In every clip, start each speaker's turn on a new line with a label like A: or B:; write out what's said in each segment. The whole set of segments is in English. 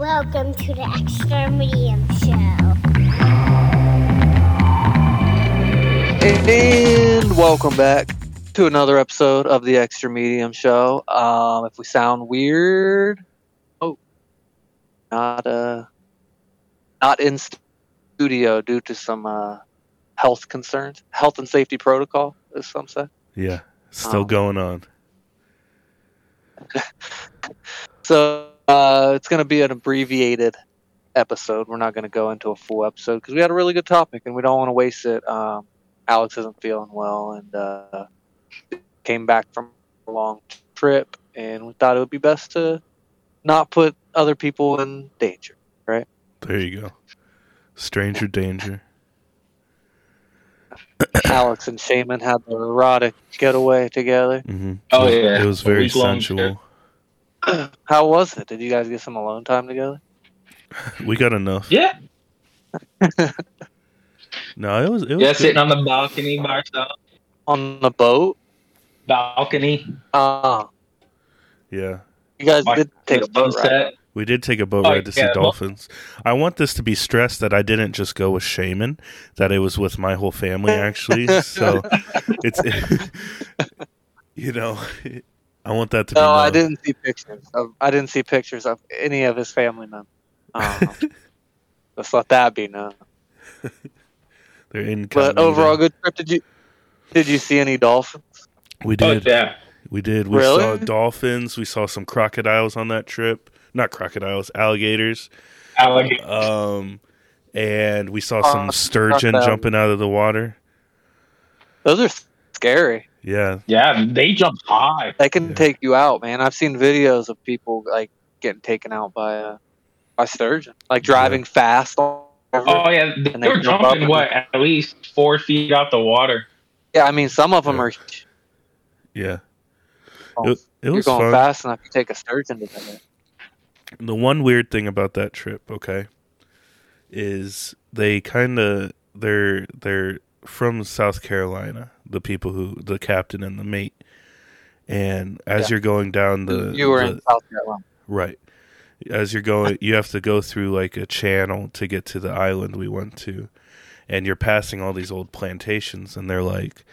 A: to the Extra Medium Show.
B: And welcome back to another episode of the Extra Medium Show. Um, if we sound weird, oh, not uh, not in studio due to some uh, health concerns, health and safety protocol, as some say.
C: Yeah, still
B: Oh.
C: going on.
B: So uh, it's going to be an abbreviated episode. We're not going to go into a full episode because we had a really good topic and we don't want to waste it. Um, Alex isn't feeling well and uh, came back from a long trip, and we thought it would be best to not put other people in danger.
C: There you go. Stranger danger.
B: Alex and Shaman had the erotic getaway together.
C: Mm-hmm.
D: Oh, yeah.
C: it was
D: A
C: very
D: week-long
C: sensual.
B: How was it? Did you guys get some alone time together?
C: We got enough.
D: Yeah.
C: No, it was. It was
D: Yeah,
C: good.
D: sitting on the balcony by ourselves.
B: On the boat?
D: Balcony.
B: Uh,
C: Yeah.
B: you guys
D: Mike,
B: did take a boat ride.
D: sunset.
C: We did take a boat
D: Oh,
C: ride to see
D: yeah.
C: dolphins. I want this to be stressed that I didn't just go with Shaman, that it was with my whole family actually. so it's, you know, I want that to be.
B: No, I
C: known.
B: didn't see pictures. Of, I didn't see pictures of any of his family members. Um, let's let that be known.
C: They're incognito.
B: But overall, good trip. Did you did you see any dolphins?
C: we
D: Oh,
C: did.
D: yeah.
C: We did. We
B: Really?
C: saw dolphins. We saw some crocodiles on that trip. Not crocodiles, alligators.
D: Alligator.
C: Um, and we saw
B: Uh,
C: some sturgeon
B: crocodile.
C: jumping out of the water.
B: Those are scary.
C: Yeah,
D: Yeah, they jump high.
B: They can
C: Yeah.
B: take you out, man. I've seen videos of people like getting taken out by a by sturgeon, like driving fast. on-
D: Oh, yeah. They,
B: And they
D: were
B: jump up
D: jumping,
B: and-
D: what, at least four feet out the water.
B: Yeah, I mean some of them
C: Yeah.
B: are.
C: yeah.
B: Oh,
C: It, it
B: you're
C: was
B: going
C: fun.
B: fast enough. You take a sturgeon to them.
C: The one weird thing about that trip, okay, is they kind of they're they're from South Carolina. The people who the captain and the mate, and as you're going down the
B: you were
C: the-
B: in South Carolina.
C: Right. As you're going, you have to go through like a channel to get to the island we went to. And you're passing all these old plantations, and they're like,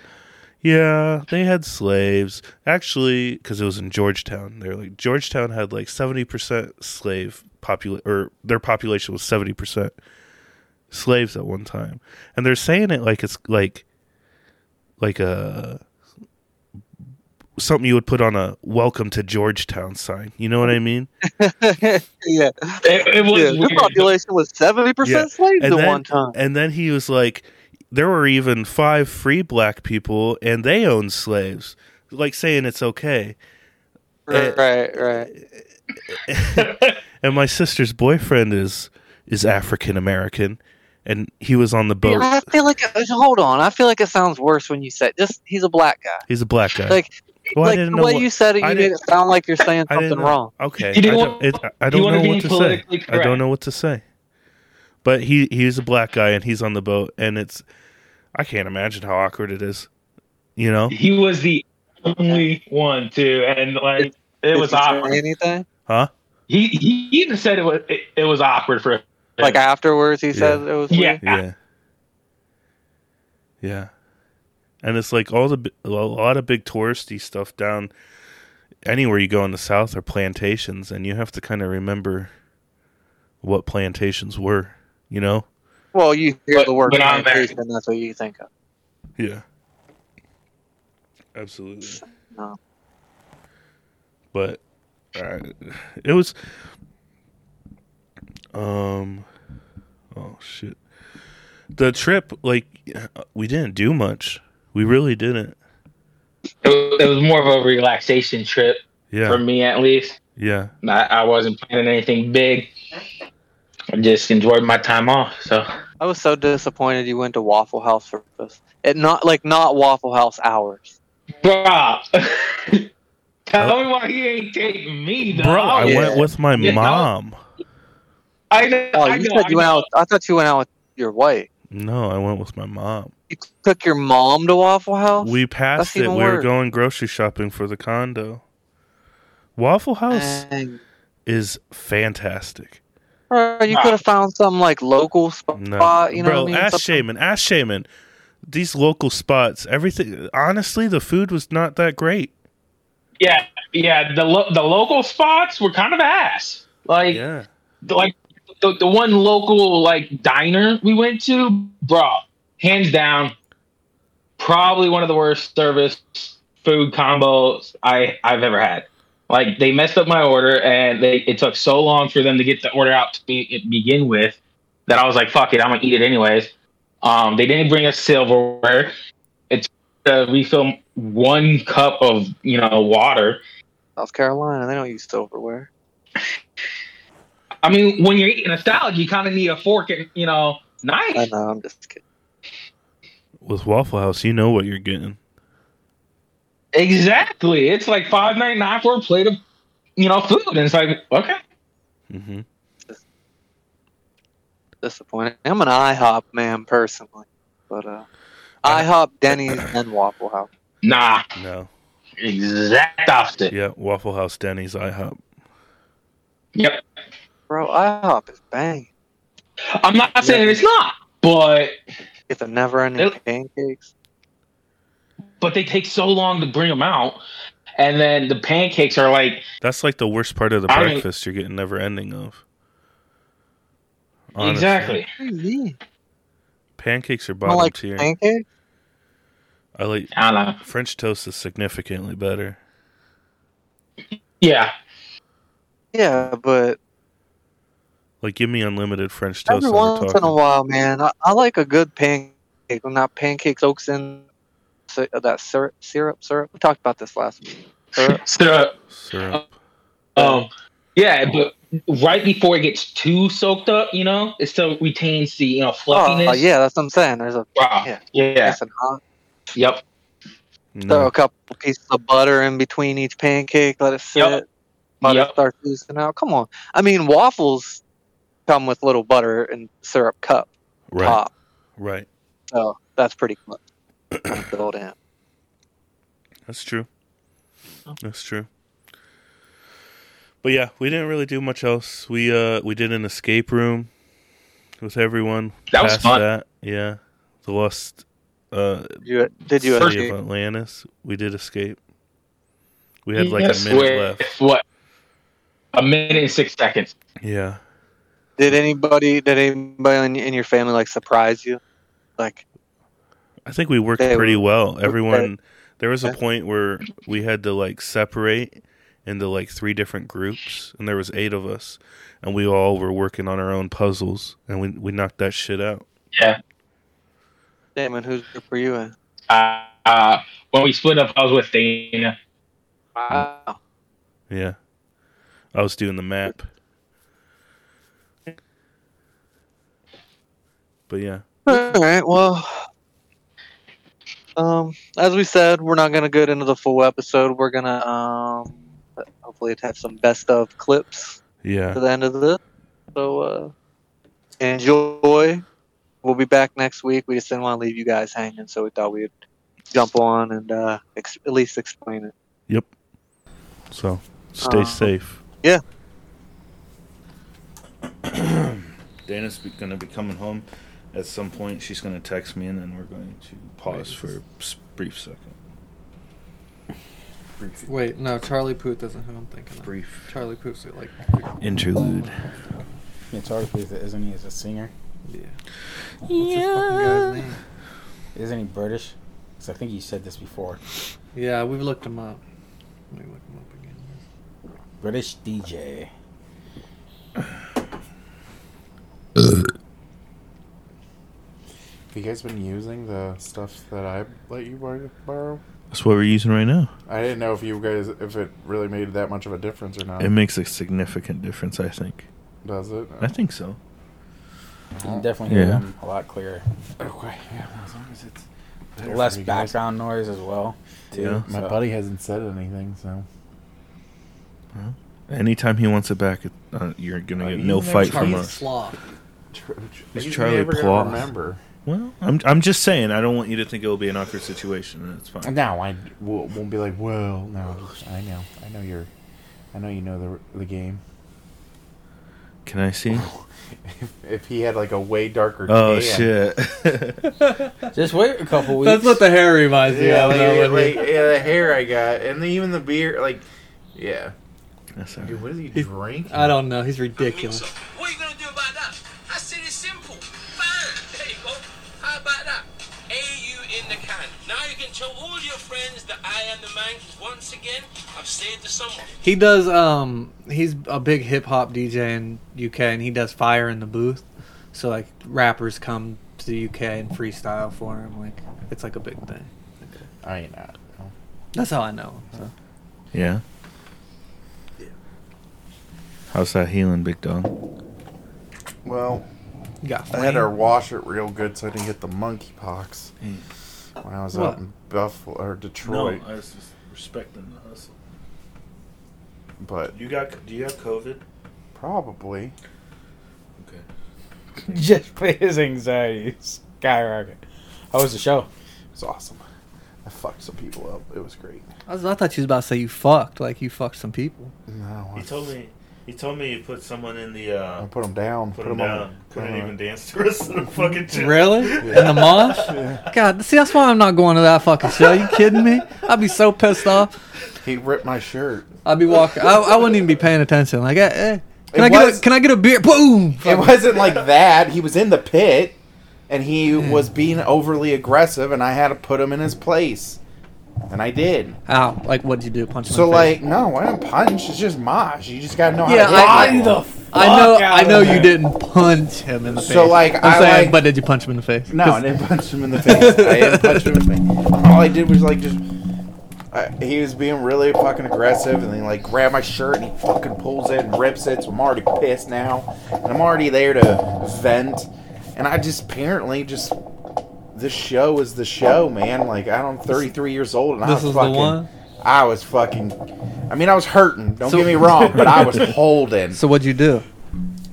C: yeah, they had slaves. Actually, because it was in Georgetown, they're like, Georgetown had like 70% slave population, or their population was 70% slaves at one time. And they're saying it like it's like, like a something you would put on a welcome to Georgetown sign. You know what I mean?
B: yeah,
D: It, it was
B: yeah.
D: weird.
B: The population was seventy
C: Yeah.
B: percent slaves
C: And
B: at
C: then-
B: one time.
C: And then he was like, there were even five free black people and they owned slaves. Like saying it's okay.
B: Right, right, right.
C: And my sister's boyfriend is is African American and he was on the boat.
B: I feel like hold on. I feel like it sounds worse when you said just he's a black guy.
C: He's a black guy.
B: Like,
C: Well, I
B: like
C: didn't
B: the
C: know
B: way
C: what-
B: you said it,
C: I
B: you made it
C: didn't-
B: sound like you're saying
C: I didn't
B: something
C: know.
B: wrong.
C: okay.
D: He
C: I
D: didn't
C: don't,
D: want-
C: it, I
D: he
C: don't
D: wanted
C: know
D: to be
C: what to say.
D: politically
C: I don't
D: correct.
C: know what to say. But he he's a black guy and he's on the boat and it's I can't imagine how awkward it is. You know?
D: he was the only one, too. And, like, it
B: Did
D: was
B: you say
D: awkward.
B: Anything
C: Huh?
D: He, he even said it was, it, it was awkward for
B: like afterwards, he said it was.
D: Yeah.
B: weird?
C: Yeah. Yeah. And it's like all the bi- a lot of big touristy stuff down anywhere you go in the south are plantations and you have to kind of remember what plantations were, you know?
B: Well, you hear
D: But-
B: the word
D: but I'm
B: plantation, that's what you think of.
C: Yeah. Absolutely.
B: No.
C: But uh, it was um oh shit. The trip like we didn't do much. We really didn't.
D: It was, it was more of a relaxation trip
C: Yeah.
D: for me, at least.
C: Yeah,
D: I, I wasn't planning anything big. I just enjoyed my time off. So
B: I was so disappointed you went to Waffle House for this. It not like not Waffle House hours.
D: Bro, tell me why he ain't taking me, dog.
C: bro. I
B: yeah.
C: went with my
D: Yeah.
C: mom.
D: I know.
B: Oh,
D: I
B: you
D: know,
B: said
D: I
B: you
D: know.
B: went out. I thought you went out with your wife.
C: No, I went with my mom.
B: You took your mom to Waffle House.
C: We passed
B: even
C: it. We were
B: worse.
C: going grocery shopping for the
B: Uh.
C: condo. Waffle House
B: Dang.
C: is fantastic.
B: Or you
D: Nah.
B: could have found some like local spot.
C: No,
B: you know,
C: bro,
B: what I mean?
C: ask
B: Something-
C: Shaman, ask Shaman. These local spots, everything. Honestly, the food was not that great.
D: Yeah, yeah. The lo- the local spots were kind of ass. Like
C: Yeah,
D: the- like the, the one local like diner we went to, bro, hands down, probably one of the worst service food combos I I've ever had. Like they messed up my order, and they it took so long for them to get the order out to be, begin with that I was like, "Fuck it, I'm gonna eat it anyways." Um, they didn't bring us silverware. It's to refill one cup of you know water.
B: South Carolina, they don't use silverware.
D: I mean, when you're eating a salad, you kind of need a fork and you know knife.
B: I know, I'm just kidding.
C: with Waffle House, you know what you're getting.
D: Exactly. It's like five ninety nine for a plate of you know food, and it's like okay,
C: hmm
B: Disappointed. I'm an IHOP man personally, but uh, IHOP, Denny's, and Waffle House.
D: nah,
C: No,
D: exact opposite.
C: yeah, Waffle House, Denny's, IHOP.
D: Yep.
B: Bro, IHOP is bang.
D: I'm not saying it's not, but
B: It's a never-ending
D: Nope.
B: pancakes.
D: but they take so long to bring them out, and then the pancakes are like
C: That's like the worst part of the
D: I mean-
C: breakfast. you're getting never ending of. Honestly.
D: exactly.
B: What do you mean?
C: Pancakes
B: I
C: are
B: don't
C: bottom
B: like
C: tier.
B: pancakes.
C: I like
D: I don't know.
C: French toast is significantly better.
D: Yeah,
B: Yeah, but
C: Like, give me unlimited French toast.
B: every
C: and we're
B: once in a
C: talking.
B: while, man, I, I like a good pancake. Well, Not pancakes, oaks in sy- uh, that syrup, syrup, syrup. We talked about this last week. Syrup.
D: so
C: Syrup.
D: um, yeah, but right before it gets too soaked up, you know, it still retains the you know fluffiness.
B: oh, yeah, that's what I'm saying. There's a
D: Wow.
B: Yeah.
D: Yeah.
B: nice and hot.
D: Yep.
B: Throw
C: No.
B: a couple pieces of butter in between each pancake. Let it sit.
D: Yep.
B: Butter
D: Yep.
B: starts oozing out. Come on. I mean, waffles come with little butter and syrup cup
C: Right.
B: top.
C: Right.
B: So that's pretty much built in.
C: That's true. That's true. But yeah, we didn't really do much else. We uh we did an escape room with everyone.
D: That was
C: Past
D: fun.
C: That, yeah. The lost uh
B: You, did you
D: First-
C: city
B: escape?
C: of Atlantis. We did escape. We had like
D: Yes,
C: a minute
D: with
C: left.
D: What? A minute and six seconds.
C: Yeah.
B: Did anybody? Did anybody in, in your family like surprise you? Like
C: I think we worked
B: They
C: pretty well. Everyone there was a
B: Okay.
C: point where we had to like separate into like three different groups and there was eight of us and we all were working on our own puzzles and we we knocked that shit out.
B: Damon, whose group were you in?
D: Uh, uh, when we split up, I was with Dana.
B: Wow.
C: Yeah. I was doing the map. But yeah.
B: All right. Well, um, as we said, we're not gonna get into the full episode. We're gonna um, hopefully have some best of clips to
C: Yeah.
B: the end of this. So uh, enjoy. We'll be back next week. We just didn't want to leave you guys hanging, so we thought we'd jump on and uh, ex- at least explain it.
C: Yep. So stay
B: Uh,
C: safe.
B: yeah.
C: Dana's be- gonna be coming home at some point. She's gonna text me, and then we're going to pause for a s- brief second. Brief,
E: Wait, no, Charlie Puth isn't who I'm thinking of.
C: brief
E: Charlie Puth's like,
C: interlude.
F: Yeah, Charlie Puth, isn't he? Is a singer?
E: yeah. What's this fucking guy's name?
F: Isn't he British? 'Cause I think you said this before.
E: Yeah, we've looked him up. Let me look him up again.
F: British DJ.
G: Have you guys been using the stuff that I let you bor- borrow?
C: That's what we're using right now.
G: I didn't know if you guys, if it really made that much of a difference or not.
C: It makes a significant difference, I think.
G: Does it?
C: I think so.
F: You can definitely hear
C: Yeah.
F: them a lot clearer.
G: Oh, Okay, yeah, as long as it's better
F: Less
G: for you guys.
F: background noise as well. Too,
C: Yeah.
F: so-
G: My buddy hasn't said anything, so
C: Anytime he wants it back, it- uh, you're gonna
G: Uh,
C: get
G: you
C: no
G: never
C: fight
E: Charlie
C: from
G: He's-
C: us.
E: Sloth.
G: Tr- tr-
C: It's
G: he's
C: Charlie
G: never gonna
C: Plot.
G: Remember?
C: Well, I'm I'm just saying. I don't want you to think it will be an awkward situation, and it's fine.
G: No, I will, won't be like, well, no, I know, I know you're, I know you know the the game.
H: Can I see?
G: If he had like a way darker
H: Oh
G: tan.
H: shit!
F: Just wait a couple weeks.
B: That's what the hair reminds me
G: Yeah,
B: of.
G: like,
B: though, when
G: like,
B: we-
G: yeah, the hair I got, and then even the beer, like, yeah.
H: That's all right.
G: Dude, what is he drink?
B: I don't know. He's ridiculous.
D: What are you gonna do about that? I said it's simple. Fine. There you go. How about that? AU in the can. Now you can tell all your friends that I am the man. 'cause Once again, I've saved the someone.
B: He does. Um, he's a big hip hop DJ in UK, and he does fire in the booth. So like rappers come to the UK and freestyle for him. Like it's like a big thing.
G: I ain't not.
B: That's how I know. Him, so.
H: Yeah. How's that healing, big dog?
G: Well,
B: You got
G: I had to
B: flame.
G: wash it real good so I didn't get the monkey pox
H: Mm.
G: when I was
B: What?
G: out in Buffalo or Detroit.
C: Hmm. I was just respecting the hustle.
G: But
C: You got? Do you have COVID?
G: probably,
C: Okay.
F: Just put his anxiety skyrocket. How was the show?
G: it's awesome. I fucked some people up. It was great.
B: I, was, I thought you was about to say you fucked. Like you fucked some people.
G: No,
C: He
G: I,
C: told me. He told me you put someone in the.
G: I
C: uh
G: put them down.
C: Put,
G: 'em
C: him
G: on-
C: down.
G: put 'em
C: Couldn't
G: on-
C: even dance to us in the fucking gym.
B: Really? In the mosh? God, see, that's why I'm not going to that fucking show. You kidding me? I'd be so pissed off.
G: He ripped my shirt.
B: I'd be walking. I, I wouldn't even be paying attention. Like, eh, eh. Can
G: It
B: I get
G: was-
B: a, can I get a beer? Boom.
G: It wasn't like that. He was in the pit, and he was being overly aggressive, and I had to put him in his place, and I did.
B: Ow! Like, what'd you do? Punch. him
G: So
B: in the face?
G: like, no, I don't punch. It's just mosh. You just gotta know how
B: Yeah,
G: to hit
B: I-
G: people.
B: I know,
F: Fuck out
B: I know
F: of
B: you
F: there.
B: didn't punch him in the face.
G: So, like,
B: I'm
G: I,
B: saying,
G: like-
B: but did you punch him in the face?
G: No,
B: 'Cause
G: I didn't punch him in the face. I didn't punch him in the face. All I did was like just. I he was being really fucking aggressive, and then like grabbed my shirt and he fucking pulls it and rips it. So I'm already pissed now, and I'm already there to vent, and I just apparently just. This show is the show, man. Like I don't, 33 years old, and I
B: this
G: was
B: is
G: fucking.
B: the one.
G: I was fucking. I mean, I was hurting. Don't
B: So-
G: get me wrong, but I was holding.
B: So what'd you do?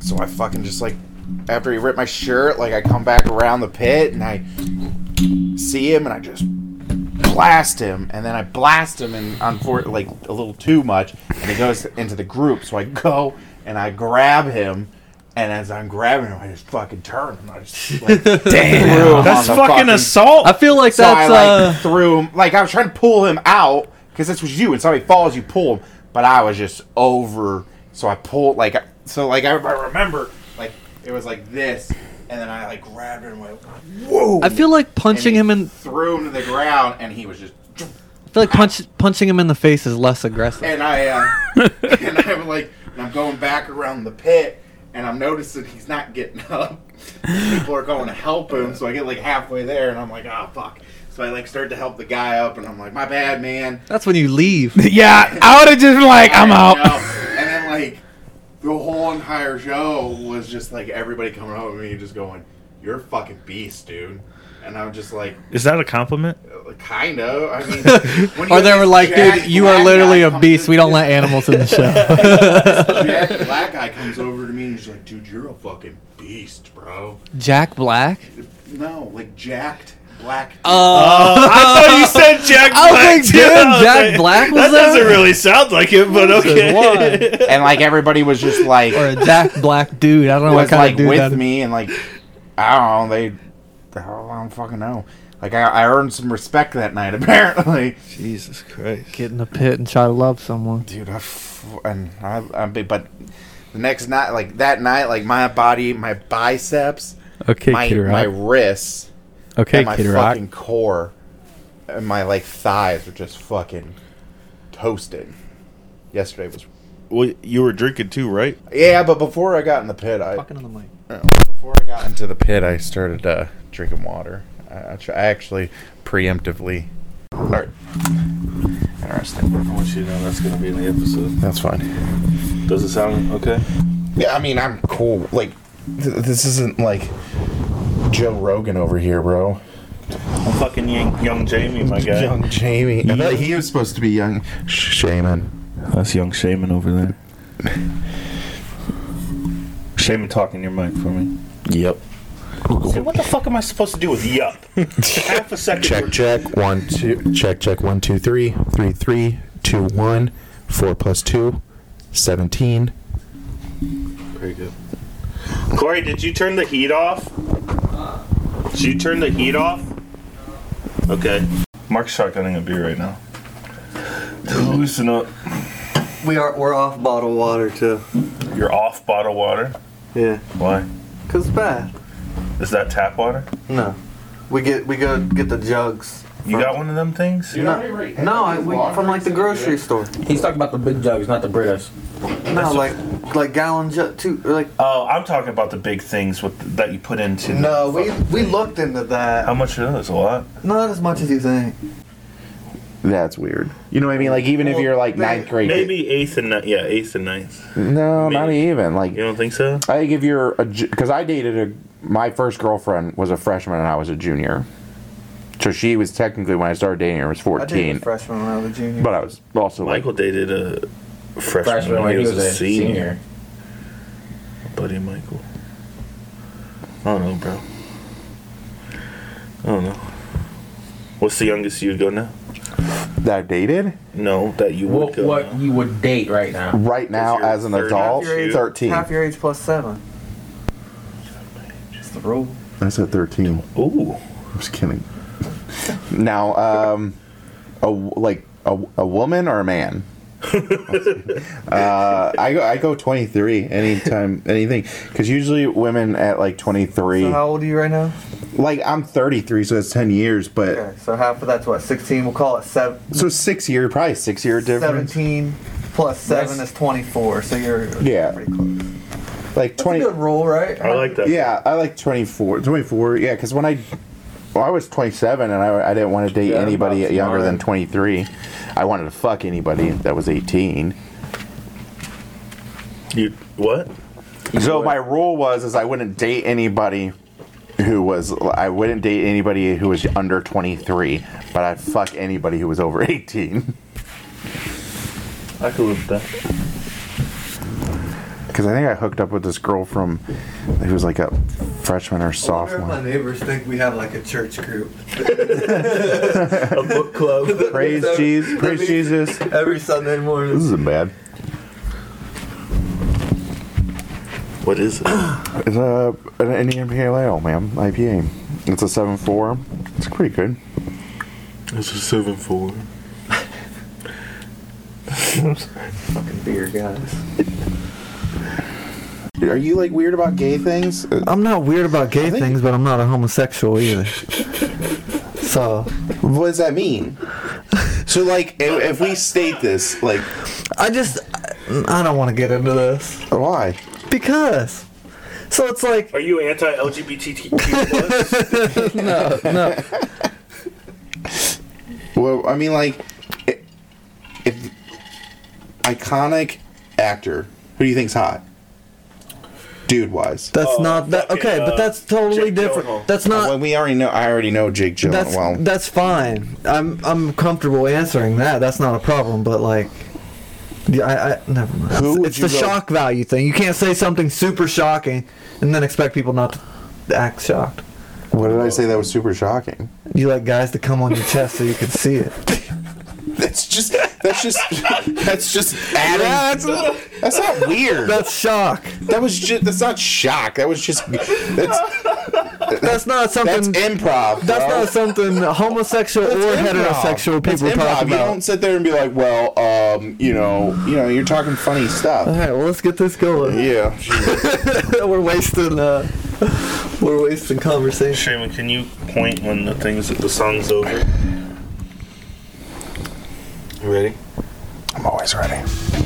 G: So I fucking just like after he ripped my shirt, like I come back around the pit and I see him and I just blast him and then I blast him and on for like a little too much and he goes into the group. So I go and I grab him and as I'm grabbing him, I just fucking turn and I just like threw him
C: That's
G: on the
C: fucking, assault.
B: I feel like
G: So I
B: that's
G: like
B: uh,
G: threw him like I was trying to pull him out because that's what you do when somebody falls you pull him but I was just over so I pulled like I- so like I, I remember like it was like this and then I like grabbed him and went whoa
B: I feel like punching him in.
G: threw him to the ground and he was just
B: I feel like punch, punching him in the face is less aggressive.
G: and I uh, and I'm like and I'm going back around the pit and I'm noticing he's not getting up. People are going to help him, so I get like halfway there and I'm like, oh fuck. So I like start to help the guy up and I'm like, my bad, man.
B: That's when you leave.
F: Yeah, I would have just been like, I'm
G: I
F: out.
G: know. And then like the whole entire show was just like everybody coming up to me and just going, "You're a fucking beast, dude." And I'm just like,
H: Is that a compliment?
G: kind of. I mean, when
B: Or
G: you
B: they
G: have
B: were
G: this
B: like, dude,
G: jacked
B: you are
G: black
B: literally
G: guy
B: a
G: come
B: beast.
G: to-
B: We don't let animals in the show.
G: this jacked black guy comes over to me and he's like, "Dude, you're a fucking beast, bro."
B: Jack Black.
G: No, like jacked black.
B: Oh,
H: I thought you said Jack
B: I was
H: Black.
B: like,
H: too.
B: damn,
H: I was
B: Jack
H: like,
B: Black was
H: That doesn't
B: there?
H: really sound like it, but
B: This is
H: okay.
G: and like everybody was just like,
B: or a Jack Black dude. Oh, I don't know what
G: was
B: kind
G: like
B: of dude
G: with
B: that is.
G: me and like I don't know they I don't, I don't fucking know. Like I, I earned some respect that night apparently.
H: Jesus Christ.
B: Get in the pit and try to love someone.
G: Dude, I f- and I, I be- but the next night like that night like my body, my biceps,
F: Okay,
G: my
F: Kid
G: my
F: Rock.
G: wrists,
F: Okay,
G: and my
F: Kid Rock.
G: fucking core and my like thighs were just fucking toasted. Yesterday was
H: Well, you were drinking too, right?
G: Yeah, but before I got in the pit, I
B: Fucking on the mic.
G: Before I got into the pit, I started uh, drinking water. I, I, tr- I actually preemptively. All right. Interesting.
C: I want you to know that's gonna be in the episode.
G: That's fine.
C: Does it sound okay?
G: Yeah, I mean, I'm cool. Like, th- this isn't like Joe Rogan over here, bro.
C: I'm fucking young, young Jamie, my guy.
G: Young Jamie. I thought he was supposed to be young Shaman.
H: That's young Shaman over there. Shaman, talking your mic for me.
G: Yep.
C: Hey, what the fuck am I supposed to do with yup? Half a second.
G: Check, check. One, two. Check, check. One, two, three. Three, three, two, one. Four plus two. Seventeen.
C: Pretty good. Corey, did you turn the heat off? Did you turn the heat off? Okay. Mark's shotgunning a beer right now. To loosen up
B: We are we're off bottled water too.
C: your off bottle water.
B: Yeah,
C: Why?
B: cause it's bad.
C: Is that tap water?
B: No, we get we go get the jugs.
C: You got one of them things?
B: No, no, I, we, from like the grocery store.
D: He's talking about the big jugs, not the British.
B: No, like like gallon jug too. or Like
C: Oh, I'm talking about the big things with that you put into. the-
B: no, we we looked into that.
C: How much are those? A lot.
B: Not as much as you think.
G: That's weird. You know what I mean? Like even if you're like ninth grade,
C: Maybe eighth and ninth. Yeah, eighth and ninth.
G: no, not
C: maybe.
G: even. Like
C: You don't think so?
G: I think if you're a because I dated a my first girlfriend was a freshman and I was a junior, so she was technically when I started dating her was
B: I did
G: fourteen,
B: a freshman when I was a junior.
G: but I was also like
C: Michael dated a freshman,
D: Freshman
C: when
D: when he was a senior.
C: Buddy Michael. I don't know, bro. I don't know. What's the youngest you would go now?
G: that I dated
C: No, that you would
D: What,
C: go.
D: what
C: now.
D: you would date right now?
G: right now
C: you're
G: as an
C: 30.
G: adult
C: Half your age-
G: thirteen.
B: Half your age plus seven. That's the rule.
G: I said thirteen.
C: Ooh,
G: I'm just kidding. now, um, a w- like a, a woman or a man? uh, I go I go 23 anytime anything because usually women at like 23
B: So how old are you right now?
G: like I'm 33 so it's 10 years but
B: Okay, so half of that's what sixteen. We'll call it seven.
G: so six year probably six year difference
B: 17 plus 7
D: That's-
B: is 24, so you're
G: Yeah.
B: pretty close. That's
G: like 20
B: a good rule, right?
C: I like that.
G: yeah I like 24 24 yeah because when I well, I was 27 and I, I didn't want to date
D: Yeah,
G: anybody
D: that's
G: younger than
D: smart.
G: 23 I wanted to fuck anybody that was 18
C: You what?
G: So my rule was is I wouldn't date anybody who was I wouldn't date anybody who was under 23, but I'd fuck anybody who was over 18
C: I could live with that.
G: because I think I hooked up with this girl from who was like a freshman or
B: I wonder if my
G: sophomore.
B: neighbors think we have like a church group.
C: A book club.
G: Praise Jesus, praise Jesus.
B: Every Sunday
G: This
B: morning.
G: isn't bad.
C: what is it?
G: It's a an E Indian Pale Ale, ma'am, IPA. It's a 7.4. It's pretty good.
C: It's a seven four.
B: Fucking beer, guys.
G: Are you like weird about gay things? Uh,
B: I'm not weird about gay things, but I'm not a homosexual either. so,
G: What does that mean? So like if, if we state this, like
B: I just, I don't want to get into this.
G: why?
B: Because. So it's like,
C: Are you anti LGBTQ?
B: no, no.
G: Well, I mean, like, i- if iconic actor, who do you think's hot, dude wise?
B: That's
C: Oh,
B: not that.
C: fucking,
B: Okay,
C: uh,
B: but that's totally
C: Jake
B: different.
C: Gyllenhaal.
B: That's not.
G: well, we already know. I already know Jake
B: that's
G: Gyllenhaal.
B: that's fine. I'm I'm comfortable answering that. That's not a problem. But like, yeah, I, I never mind.
G: Who
B: It's-
G: would
B: it's
G: you
B: the
G: go-
B: shock value thing. You can't say something super shocking and then expect people not to act shocked.
G: what did I say that was super shocking?
B: You like guys to come on your chest so you can see it.
G: That's just. That's just. that's just adding. that's, not weird.
B: That's shock.
G: that was just. That's not shock. That was just. That's
B: That's not
G: that's
B: something. That's,
G: improv. bro.
B: not something homosexual
G: That's
B: or
G: improv.
B: heterosexual
G: That's
B: people
G: improv.
B: talk
G: You
B: about.
G: don't sit there and be like, well, um, you know, you know, you're talking funny
B: All
G: stuff.
B: right, well let's get this going.
G: Yeah.
B: we're wasting uh, we're wasting conversation.
C: Shaman, can you point when the things the song's over?
G: I'm always ready.